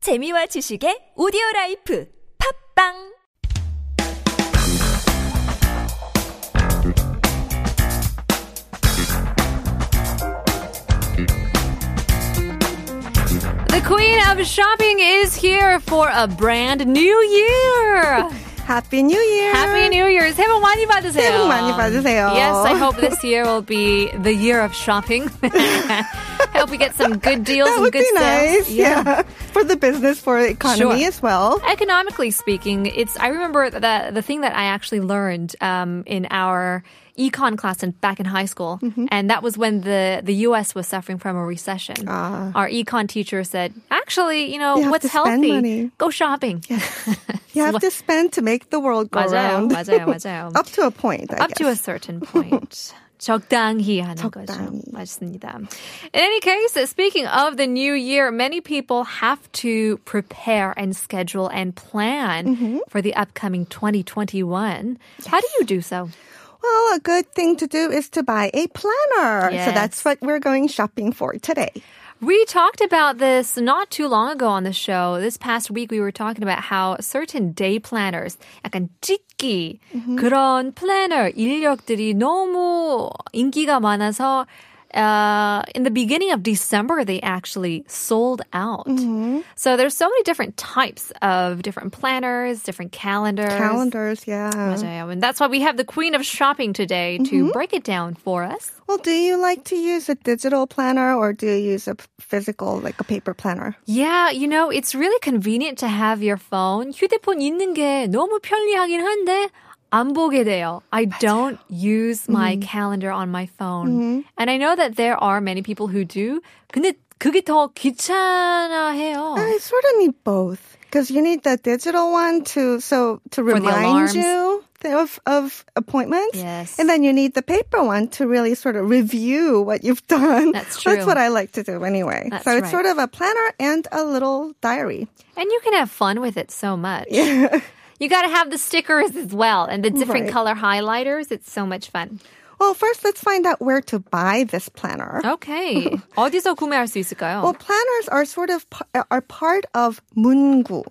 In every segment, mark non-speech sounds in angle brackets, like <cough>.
재미와 지식의 오디오 라이프 팝빵 The queen of shopping is here for a brand new year. Happy New Year. <laughs> Happy New Year. 새해 복 많이 받으세요. 새해 복 많이 받으세요. Yes, I hope this year will be the year of shopping. <laughs> I hope we get some good <laughs> deals That and would good be sales. nice. Yeah. <laughs> For the business, for the economy Sure. as well. Economically speaking, it's I remember the the thing that I actually learned um, in our econ class in, back in high school, Mm-hmm. and that was when the the U.S. was suffering from a recession. Our econ teacher said, "Actually, you know Ah. You have what's to spend healthy? money." Go shopping." You have to spend to make the world go 맞아요, round. <laughs> 맞아요, <laughs> 맞아요. Up to a point, I up to a guess. certain point. <laughs> 적당히 하는 거죠. 적당히. 맞습니다. In any case, speaking of the new year, many people have to prepare and schedule and plan for the upcoming 2021. How do you do so? well, a good thing to do is to buy a planner. So Yes. that's what we're going shopping for today. We talked about this not too long ago on the show. This past week, we were talking about how certain day planners, 약간 찍기 그런 플래너 인력들이 너무 인기가 많아서 uh, in the beginning of December, they actually sold out. So there's so many different types of different planners, different calendars. Calendars, yeah. 맞아요. And that's why we have the queen of shopping today to break it down for us. Well, do you like to use a digital planner or do you use a p- physical, like a paper planner? Yeah, you know, it's really convenient to have your phone. 휴대폰 있는 게 너무 편리하긴 한데 안 보게 돼요. I don't use my calendar on my phone. And I know that there are many people who do. 근데 그게 더 귀찮아해요. I sort of need both because you need the digital one to so to the remind alarms. you of of appointments. Yes. and then you need the paper one to really sort of review what you've <laughs> done. That's true. That's what I like to do anyway. That's so it's right. sort of a planner and a little diary. And you can have fun with it so much. <laughs> You got to have the stickers as well and the different Right. color highlighters. It's so much fun. Well, first let's find out where to buy this planner. <laughs> Okay. 어디서 구매할 수 있을까요? Well, planners are sort of pa- are part of 문구.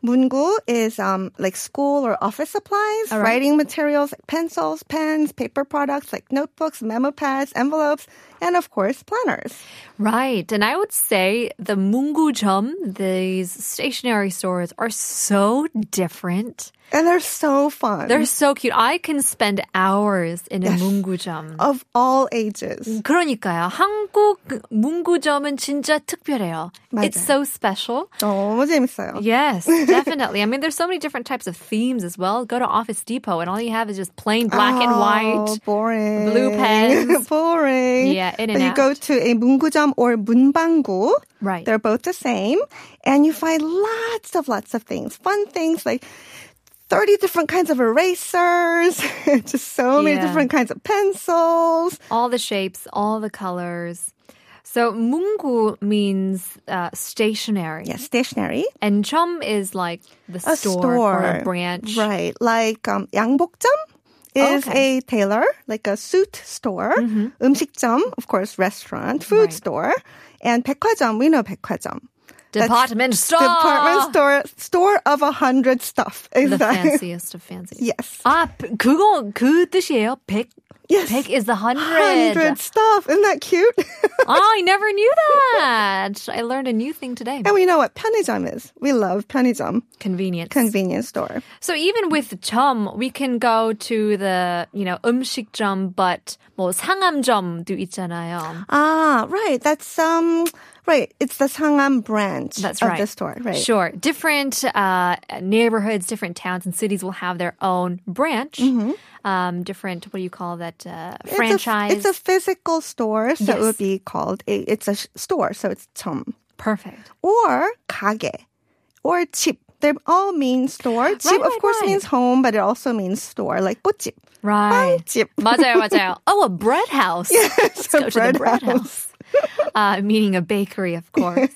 Mungu is um, like school or office supplies, All right. writing materials like pencils, pens, paper products like notebooks, memo pads, envelopes, and of course planners. Right. And I would say the 문구점, these stationery stores, are so different. And they're so fun. They're so cute. I can spend hours in a Yes. 문구점. of all ages. 그러니까요. 한국 문구점은 진짜 특별해요. It's so special. 너무 재밌어요. <laughs> Yes, definitely. I mean, there's so many different types of themes as well. Go to Office Depot and all you have is just plain black and Oh, white. boring. Blue <laughs> pens. boring. Yeah, in but and you out. go to a 문구점 or 문방구. Right. They're both the same. And you find lots of lots of things. Fun things like 30 different kinds of erasers, <laughs> just so many Yeah. different kinds of pencils. all the shapes, all the colors. So 문구 means uh, stationary. Yeah, stationery. And chum is like the store, A store. or a branch. Oh, Right. Like um, 양복점 is Okay. Mm-hmm. a tailor, like a suit store. 음식점, of course, restaurant, food Right. store. And 백화점, we know 백화점. Department store. Department store, store of a hundred stuff. Is <laughs> The <laughs> that- fanciest of fancies. Yes. 아, 그거 그 뜻이에요. 백. Yes. Pig is the hundred. <laughs> Hundred stuff. Isn't that cute? <laughs> Oh, I never knew that. I learned a new thing today. and we know what 편의점 is. We love 편의점, Convenience. convenience store. so even with chum, we can go to the, you know, 음식점, but 뭐 상암점도 있잖아요. Ah, right. That's um, right. It's the Sangam branch That's of right. the store, right? Sure. Different uh, neighborhoods, different towns and cities will have their own branch. Um, different, what do you call that? Uh, franchise. Mm-hmm. It's a, it's a physical store, so Yes. it would be called a, it's a sh- store, so it's chum. Perfect. Or kage, or chip. They all mean <gasps> store. Chip, of right, course, right. means home, but it also means store, like bochip, <laughs> Right. chip. 맞아요, 맞아요. Oh, a bread house. <laughs> Let's Go to the bread house. Uh, meaning a bakery, of <laughs> course.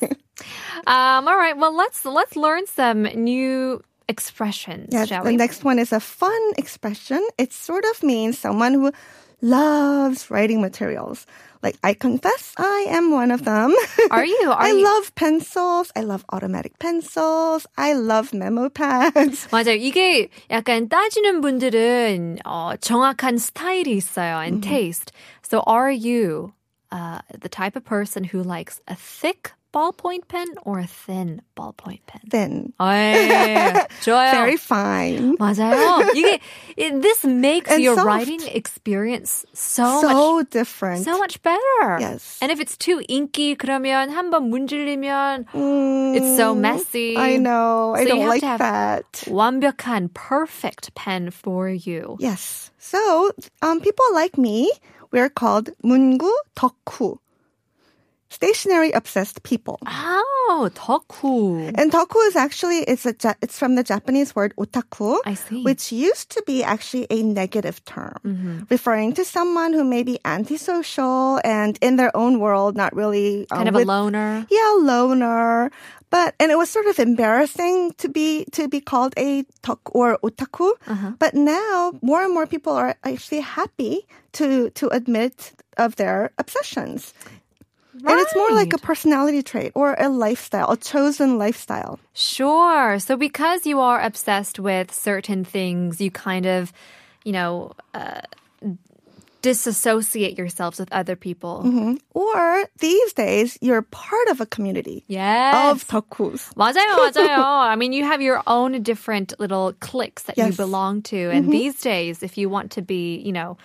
um, all right. Well, let's let's learn some new expressions, Yeah, shall the we? next one is a fun expression. It sort of means someone who loves writing materials, Like I confess, I am one of them. Are you? Are <laughs> I you? love pencils. I love automatic pencils. I love memo pads. <laughs> 맞아요. 이게 약간 따지는 분들은 어, 정확한 스타일이 있어요. And taste. So are you uh, the type of person who likes a thick ballpoint pen or a thin ballpoint pen? Thin, 예, 좋아요. <laughs> very fine. <laughs> 맞아요. 이게 it, this makes And your soft. writing experience so, much so different. so much better. Yes. And if it's too inky, 그러면 한번 문질리면 Mm, it's so messy. I know. I So you don't have like to have- that. 완벽한 perfect pen for you. Yes. So um, people like me, we're called 문구 덕후, stationary obsessed people. Oh, 덕후. And 덕후 is actually it's a Ja- it's from the Japanese word otaku, I see. Mm-hmm. which used to be actually a negative term, referring to someone who may be antisocial and in their own world, not really um, kind of a with- loner. yeah, loner. But and it was sort of embarrassing to be to be called a tok or otaku. But now more and more people are actually happy to to admit of their obsessions. And it's more like a personality trait or a lifestyle, a chosen lifestyle. Sure. So because you are obsessed with certain things, you kind of, you know, uh, disassociate yourselves with other people. Mm-hmm. Or these days, you're part of a community Yes. of tokus. <laughs> 맞아요, 맞아요. I mean, you have your own different little cliques that you Yes. Mm-hmm. belong to. And these days, if you want to be, you know,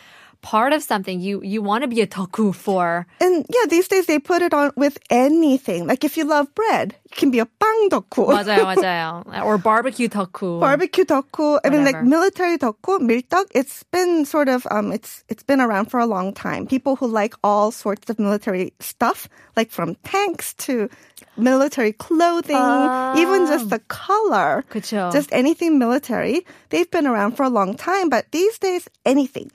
part of something, you, you want to be a toku <laughs> for. And yeah, these days they put it on with anything. Like if you love bread, you can be a pang toku. 맞아요, 맞아요. Or barbecue toku. Barbecue toku. I mean, like Whatever. military toku, miltok. It's been sort of um, it's it's been around for a long time. People who like all sorts of military stuff, like from tanks to military clothing, even just the color. Ah. 그쵸. Just anything military. They've been around for a long time, but these days, anything.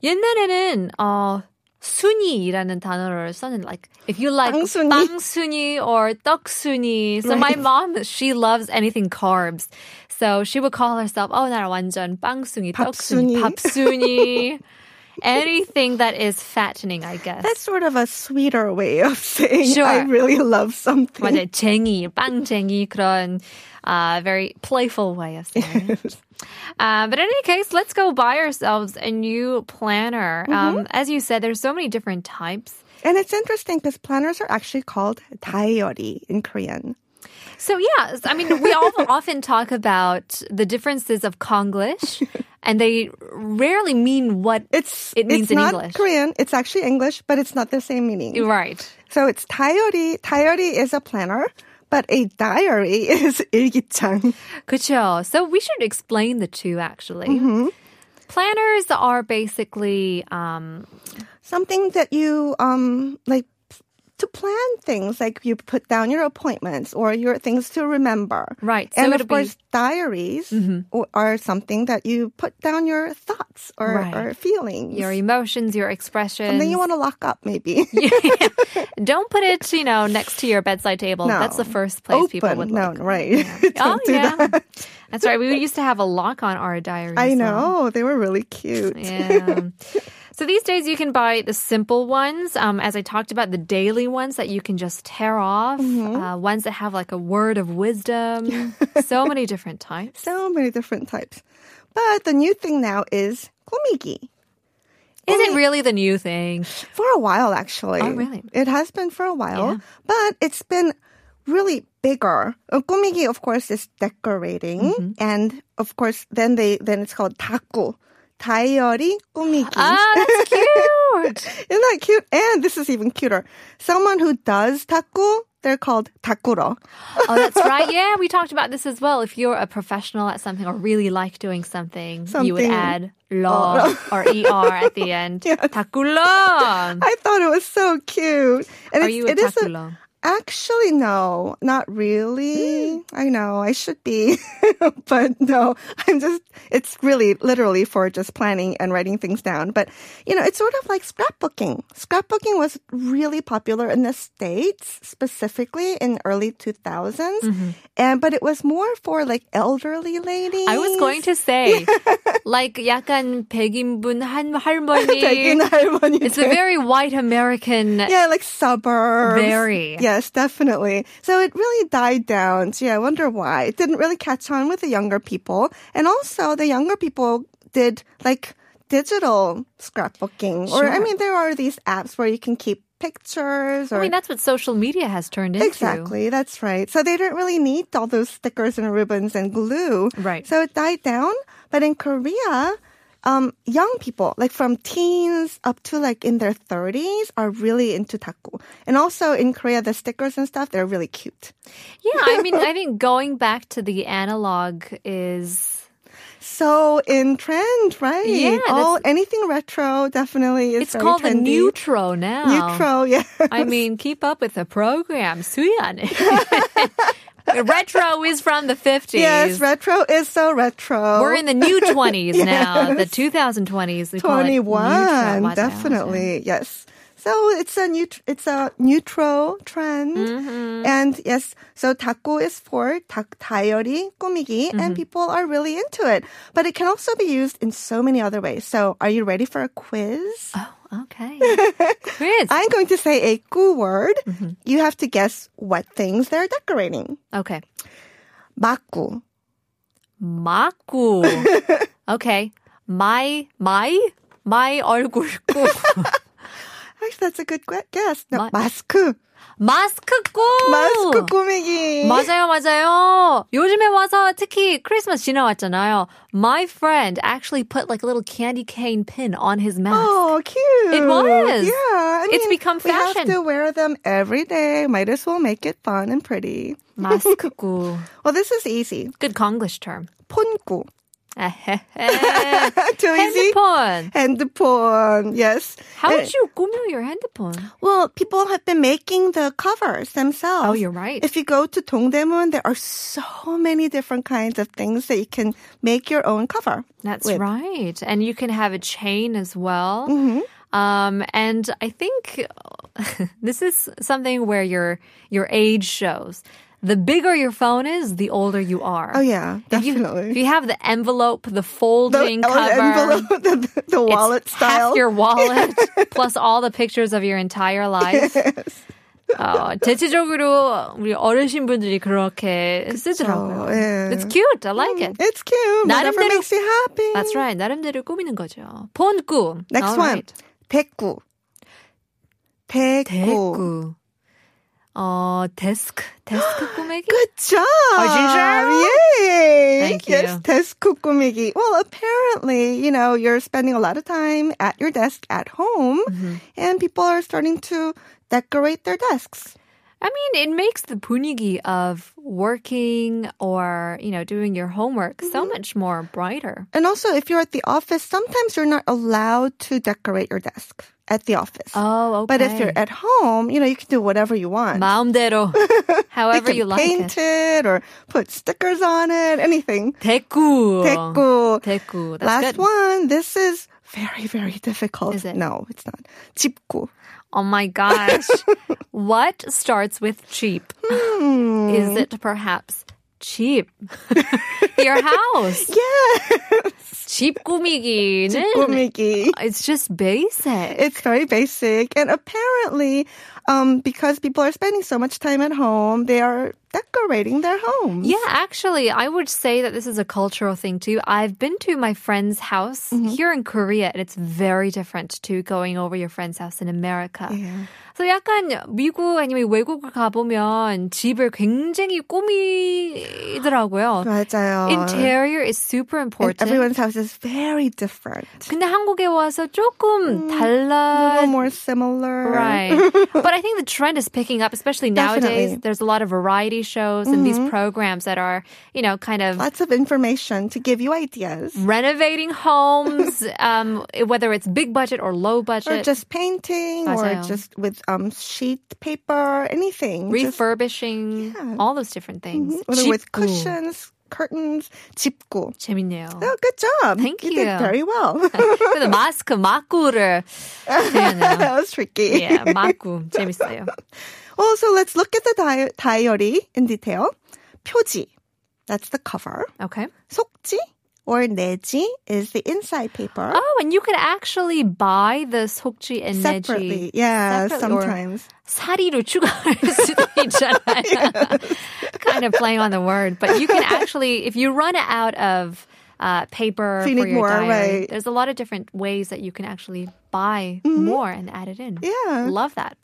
옛날에는 어 순이라는 단어를 썼는데 like if you like 빵순이. 빵순이 or 떡순이 so my Right. mom she loves anything carbs so she would call herself oh 나 완전 빵순이 떡순이 밥순이. <laughs> 밥순이 anything that is fattening I guess That's sort of a sweeter way of <laughs> saying Sure. I really love something. 맞아요. 쟁이, 빵쟁이 그런 uh, very playful way of saying it. Uh, but in any case, let's go buy ourselves a new planner. Um, Mm-hmm. as you said, there's so many different types. And it's interesting because planners are actually called diary in Korean. So yeah, I mean, we <laughs> all often talk about the differences of Konglish, and they rarely mean <laughs> what It's It means it's in not English. Korean. It's actually English, but it's not the same meaning. right. So it's diary. Diary is a planner, but a diary <laughs> is 일기장. 그렇죠. So we should explain the two actually. Mm-hmm. Planners are basically um, Something that you um like to plan things, like you put down your appointments or your things to remember. right. So and it'll of be Mm-hmm. course, diaries o- are something that you put down your thoughts or, Right. or feelings. your emotions, your expressions. Something you want to lock up, maybe. <laughs> Don't put it, you know, next to your bedside table. No. That's the first place people Open. would No, look. Oh, right. <laughs> Don't do yeah. that. That's right. We used to have a lock on our diaries. I so- know. They were really cute. Yeah. so these days you can buy the simple ones, um, as I talked about, the daily ones that you can just tear off, Mm-hmm. uh, ones that have like a word of <laughs> wisdom, so many different types. So many different types. But the new thing now is kumigi. Is it really the new <laughs> thing? For a while, actually. Oh, really? It has been for a while, Yeah. but it's been really bigger. Uh, 꾸미기, of course, is decorating, Mm-hmm. and of course, then they then it's called taku. Diary 꾸미기. Ah, that's <laughs> cute. Isn't that cute? And this is even cuter. Someone who does taku, they're called takuro. oh, that's right. Yeah, we talked about this as well. If you're a professional at something or really like doing something, you would Something. Oh. add <laughs> law or er at the end. Takulong. I thought it was so cute. And Are it's- you a it is takulong? Actually, no, not Mm. really. I know I should be, <laughs> but no, I'm just, it's really literally for just planning and writing things down. But, you know, it's sort of like scrapbooking. Scrapbooking was really popular in the States, specifically in early 2000s. Mm-hmm. And, but it was more for like elderly ladies. <laughs> I was going to say like 약간 백인분 한 할머니. <laughs> 백인 할머니들. It's a very white American. <laughs> yeah, like suburbs. Very. Yes, definitely. So it really died down. Gee, I wonder why. It didn't really catch on with the younger people. And also, the younger people did like digital scrapbooking. Or, I Sure. mean, there are these apps where you can keep pictures or. I mean, that's what social media has turned into. Exactly, that's right. So they didn't really need all those stickers and ribbons and glue. Right. So it died down. But in Korea, um, young people, like from teens up to like in their 30s, are really into taku. And also in Korea, the stickers and stuff, they're really cute. Yeah, I <laughs> mean, I think going back to the analog is So in trend, right? Yeah, All, that's- anything retro definitely is it's very called the trendy. neutro now. Neutral, <laughs> yeah. I mean, keep up with the program, 수연. <laughs> <laughs> Retro is from the 50s. yes, retro is so retro. We're in the <laughs> new 20s now, the 2020s. We call it neutral. Watch 21 out. definitely yes so it's a new it's a neutral trend Mm-hmm. and yes so taco is for ta- diary 꾸미기 Mm-hmm. and people are really into it but it can also be used in so many other ways so are you ready for a quiz Uh, Oh, Okay. <laughs> Quiz. i'm going to say a ku word Mm-hmm. you have to guess what things they're decorating okay. 막구 마구. Okay. My, my, my <laughs> 얼굴구. actually that's a good gu- guess no Ma- 마스크 마스크구. 마스크 꾸미기 맞아요, 맞아요. 요즘에 와서 특히 크리스마스 지나왔잖아요. My friend actually put like a little candy cane pin on his <gasps> mask. Oh, cute. It was. Yeah. I It's mean, become We have fashion. to wear them every day. Might as well make it fun and pretty. 마스크구. Well, this is easy. Good Konglish <laughs> term. <laughs> 폰꾸. 아헤헤. Too easy. 핸드폰. Handphone. Yes. How Eh, would you 꾸며 your 핸드폰? Well, people have been making the covers themselves. Oh, you're right. If you go to Dongdaemun, there are so many different kinds of things that you can make your own cover. That's with. right. And you can have a chain as well. Mm-hmm. Um, and I think <laughs> this is something where your your age shows. The bigger your phone is, the older you are. Oh yeah, If you, definitely. if you have the envelope, the folding the cover, envelope, <laughs> the, the, the it's wallet half style. your <laughs> wallet plus all the pictures of your entire life. <laughs> 어, 대체적으로 우리 어르신분들이 그렇게 쓰더라고요. 예. It's cute. I like it. Mm, It's cute. Whatever 나름대로- makes you happy. That's right. 나름대로 꾸미는 거죠. 본 꿈. All Next one. right. 대꾸. 대꾸. 대구. 어, 데스크. 데스크 꾸미기? Good job. 진짜요? Yay. Thank Yes, you. 데스크 꾸미기. Well, apparently, you know, you're spending a lot of time at your desk at home, Mm-hmm. and people are starting to decorate their desks. I mean, it makes the 분위기 of working or, you know, doing your homework so Mm-hmm. much more brighter. And also, if you're at the office, sometimes you're not allowed to decorate your desk at the office. Oh, okay. But if you're at home, you know, you can do whatever you want. <laughs> 마음대로. you However can you like paint it. it. or put stickers on it, anything. 대구. Oh, 대꾸. 대꾸. That's Last good. one. This is very, very difficult. Is it? No, it's not. 집구. Oh my gosh. <laughs> what starts with cheap? Hmm. Is Mm-hmm. it perhaps cheap? <laughs> Your house. Yeah. <laughs> 집 꾸미기는 <laughs> 꾸미기. It's just basic. It's very basic. And apparently, um, because people are spending so much time at home, they are decorating their homes. yeah, actually, I would say that this is a cultural thing too. I've been to my friend's house here in Korea, and it's very different to going over your friend's house in America. So 약간 미국 아니면 외국을 가보면 집을 굉장히 꾸미더라고요. 맞아요. Interior is super Oh And important. uh, everyone's house is very different. 근데 한국에 와서 조금 A 달라 little more similar. Right. <laughs> but I think the trend is picking up, especially nowadays. Definitely. Mm-hmm. There's a lot of variety shows and these programs that are, you know, kind of Lots of information to give you ideas. Mm. renovating <laughs> homes, um, whether it's big budget or low budget, Or just painting, or 맞아요. just with um, sheet paper, anything. Just- refurbishing, all those different things. Mm-hmm. whether with 집구. cushions, curtains, 집고. <laughs> 재밌네요. Oh, good job. Thank did you. <laughs> very well. 근데 마스크, 마꾸를. <laughs> that was tricky. <laughs> yeah, <laughs> 마꾸. 재밌어요. Well, so let's look at the di- diary in detail. 표지. That's the cover. Okay. 속지 or neji is the inside paper. Oh, and you can actually buy the sokji and neji. Separately, yeah, separately, or sometimes. 사리로 추가할 <laughs> 수도 있잖아요. kind of playing on the word, but you can actually, if you run out of uh, paper So you for need your more, diary, right. Mm-hmm. there's a lot of different ways that you can actually buy more and add it in. Yeah. love that.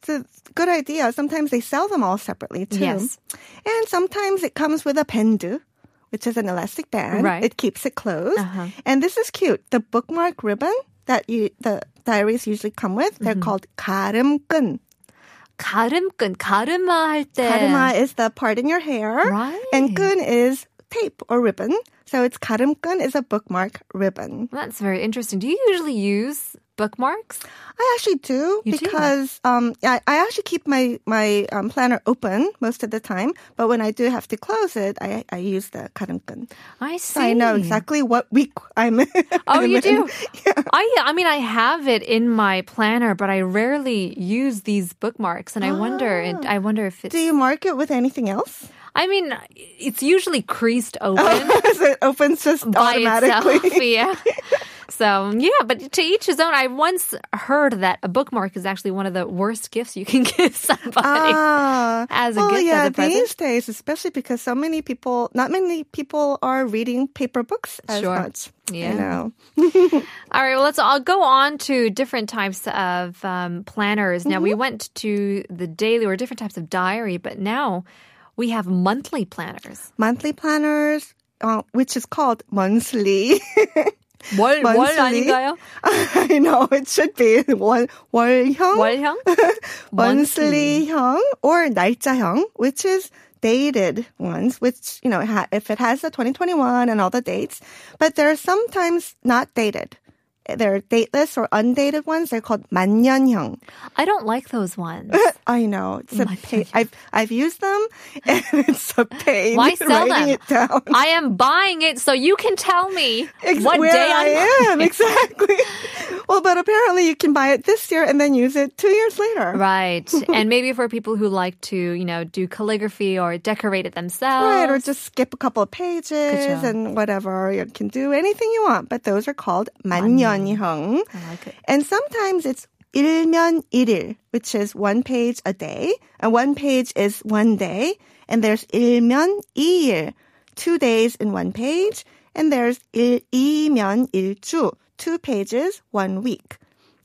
It's a good idea. Sometimes they sell them all separately too. Yes. And sometimes it comes with a pendu, which is an elastic band. Right. It keeps it closed. Uh-huh. And this is cute. The bookmark ribbon that you the diaries usually come with, Mm-hmm. they're called 가름끈. 가름끈, 가르마 할 때. Karuma is the part in your hair. Right. And 끈 is tape or ribbon. So it's 가름끈 is a bookmark ribbon. That's very interesting. Do you usually use bookmarks? I actually do You do? because um, I, I actually keep my my um, planner open most of the time. But when I do have to close it, I, I use the 가름끈. I see. So I know exactly what week <laughs> I'm. Oh, I'm you in. <laughs> do. I I mean, I have it in my planner, but I rarely use these bookmarks, and I wonder, and Ah. I wonder if it's. Do you mark it with anything else? <laughs> I mean, it's usually creased open so it opens just <laughs> by itself. Oh, <laughs> automatically. <laughs> Yeah. So yeah, but to each his own. I once heard that a bookmark is actually one of the worst gifts you can <laughs> give somebody. Ah, As a well, gift, as yeah, a present? these days, especially because so many people, not many people are reading paper books as Sure. much. Yeah. I know. All right, well, let's all go on to different types of um, planners. Now, Mm-hmm. we went to the daily or different types of diary, but now we have monthly planners. Monthly planners, uh, which is called monthly. <laughs> 월, 월 Monthly? 아닌가요? <laughs> I know it should be 월, <laughs> 월형, 월형? monthly형, or 날짜형, which is dated ones, which, you know, ha- if it has the 2021 and all the dates, but they're sometimes not dated. They're dateless or undated ones. They're called <laughs> 만년형. I don't like those ones. I know it's a my pain. I've I've used them, <laughs> and it's a pain. Why sell writing them? it down? <laughs> I am buying it so you can tell me Ex- what where day I'm I am exactly. well, but apparently you can buy it this year and then use it two years later. <laughs> <laughs> Right. and maybe for people who like to, you know, do calligraphy or decorate it themselves. Right, or just skip a couple of pages job. and whatever. You can do anything you want, but those are called 만년형. I like it. And sometimes it's 일면 일일, which is one page a day, and one page is one day, and there's 일면 이일, two days in one page, and there's 일, 이면 일주, two pages, one week.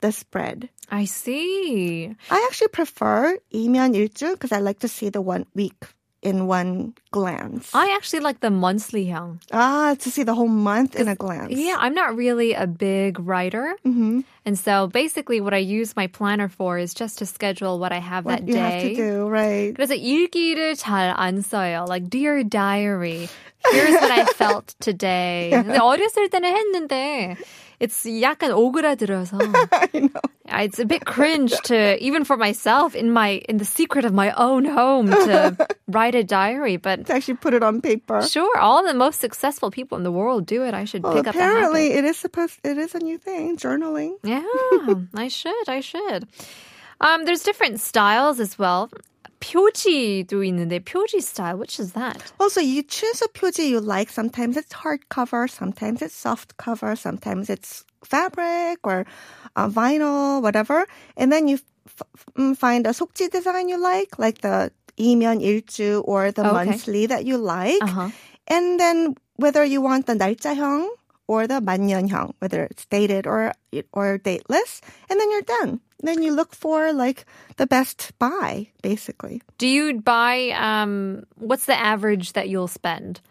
The spread. I see. I actually prefer 이면 일주 because I like to see the one week in one glance. I actually like the monthly young. ah, to see the whole month in a glance. Yeah, I'm not really a big writer. hmm And so basically what I use my planner for is just to schedule what I have What that you have to day. do, right? 그래서 일기를 잘 안 써요. Like, dear diary, here's what I felt today. 근데 어렸을 때는 했는데, it's 약간 오그라들어서. I know. It's a bit cringe to, even for myself, in my, in the secret of my own home to write a diary. But To actually put it on paper. sure, all the most successful people in the world do it. I should Well, pick up the habit. apparently it is supposed it is a new thing journaling Yeah, I should. I should. Um, there's different styles as well. 표지도 있는데 표지 style. Which is that? also you choose a 표지 you like sometimes it's hardcover sometimes it's soft cover sometimes it's fabric or uh, vinyl whatever and then you f- f- mm, find a 속지 design you like like the 이면 일주 or the Oh, Okay. monthly that you like Uh-huh. and then whether you want the 날짜형 or the 만년형, whether it's dated or or dateless, and then you're done. Then you look for like the best buy, basically. Do you buy? Um, what's the average that you'll spend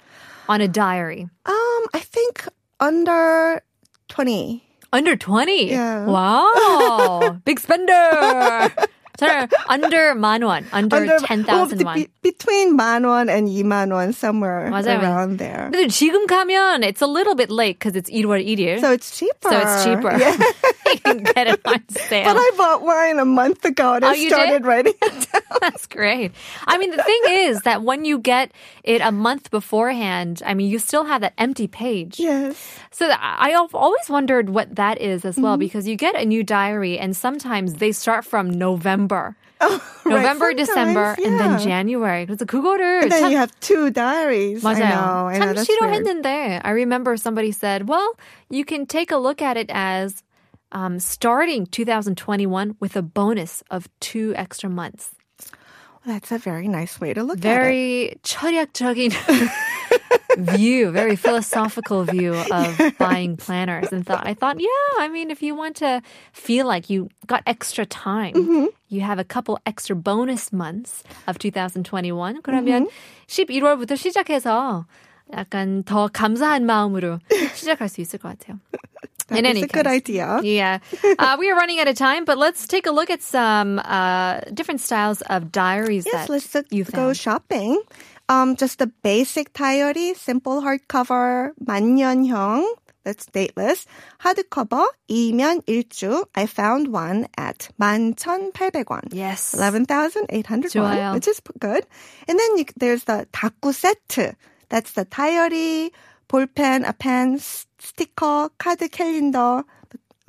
on a diary? Um, I think under twenty. Under twenty. Yeah. <laughs> Wow, big spender. Sorry, under 만 원, under, ten thousand well, won. be- between 만원 and 2만원, somewhere 맞아요. around there. 근데 지금 가면 it's a little bit late because it's 1월 1일. So it's cheaper. so it's cheaper. Yeah. <laughs> you can get it on sale. <laughs> But I bought mine a month ago and Oh, I you did? started writing it down. <laughs> That's great. I mean, the thing is that when you get it a month beforehand, I mean, you still have that empty page. Yes. So th- I- I've always wondered Mm-hmm. what that is as well, because you get a new diary and sometimes they start from November. Oh, <laughs> right, November, sometimes, December, and yeah. then January. 그래서 그거를 And then 참- you have two diaries. I know. 맞아요. I know 참 that's weird. 싫어했는데 I remember somebody said, well, you can take a look at it as um, starting 2021 with a bonus of two extra months. That's a very nice way to look at it. Very <laughs> 철학적인 view, very philosophical view of buying planners and thought I thought, yeah, I mean if you want to feel like you got extra time, Mm-hmm. you have a couple extra bonus months of 2021. Mm-hmm. 그러면 11월부터 시작해서 약간 더 감사한 마음으로 시작할 수 있을 것 같아요. In any It's a good case. idea. Yeah. Uh, we are running out of time, but let's take a look at some uh, different styles of diaries Yes, that let's uh, you go found. shopping. Um, just the basic diary, simple hardcover, 만년형. That's dateless. Hardcover, 이면 일주. I found one at 11,800원. yes. 11,800 좋아요. won, which is p- good. And then you, there's the 다꾸 세트. That's the diary, 볼펜, a pen, s- sticker, 카드, 캘린더.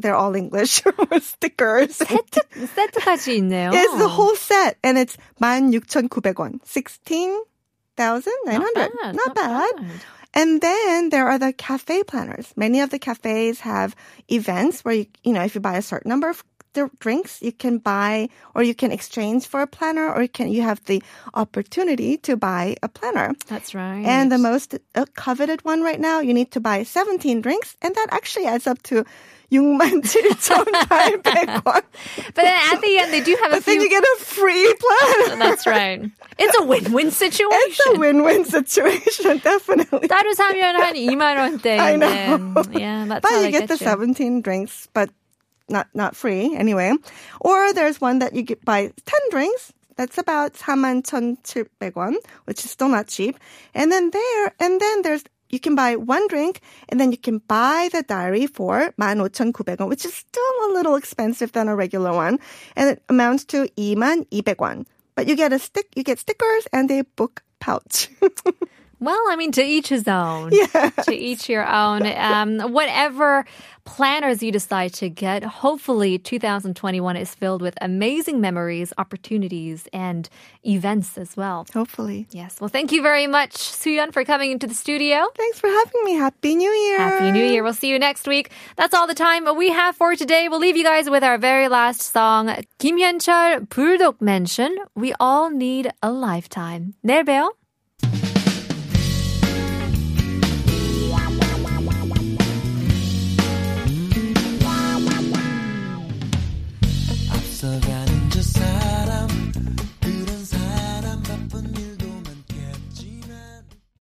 They're all English <laughs> stickers. 세트까지 있네요. Yeah, It's the whole set, and it's 16,900원. 16,900. Not bad, not bad. And then there are the cafe planners. Many of the cafes have events where you, you know, if you buy a certain number of d- drinks, you can buy or you can exchange for a planner or you can you have the opportunity to buy a planner. That's right. And the most uh, coveted one right now, you need to buy 17 drinks, and that actually adds up to <laughs> 67,800원. but then at the end, they do have a But then few. you get a free <laughs> planner. That's right. It's a win-win situation. It's a win-win situation, <laughs> definitely. 따로 사면 <laughs> 한 2만 원대. I know. Yeah, that's But how you they get the you. 17 drinks, but not not free anyway. Or there's one that you get buy 10 drinks. That's about 41,700원, which is still not cheap. And then there, and then there's you can buy one drink and then you can buy the diary for 15,900원, which is still a little expensive than a regular one. And it amounts to 22,200원. But you get a stick, you get stickers and a book pouch. <laughs> Well, I mean, to each his own. To each your own. Um, whatever planners you decide to get, hopefully 2021 is filled with amazing memories, opportunities, and events as well. Hopefully. Yes. Well, thank you very much, Suyun, for coming into the studio. Thanks for having me. Happy New Year. Happy New Year. We'll see you next week. That's all the time we have for today. We'll leave you guys with our very last song, Kim Hyun-chul, Bulldog Mansion. We all need a lifetime. 내일 봬요.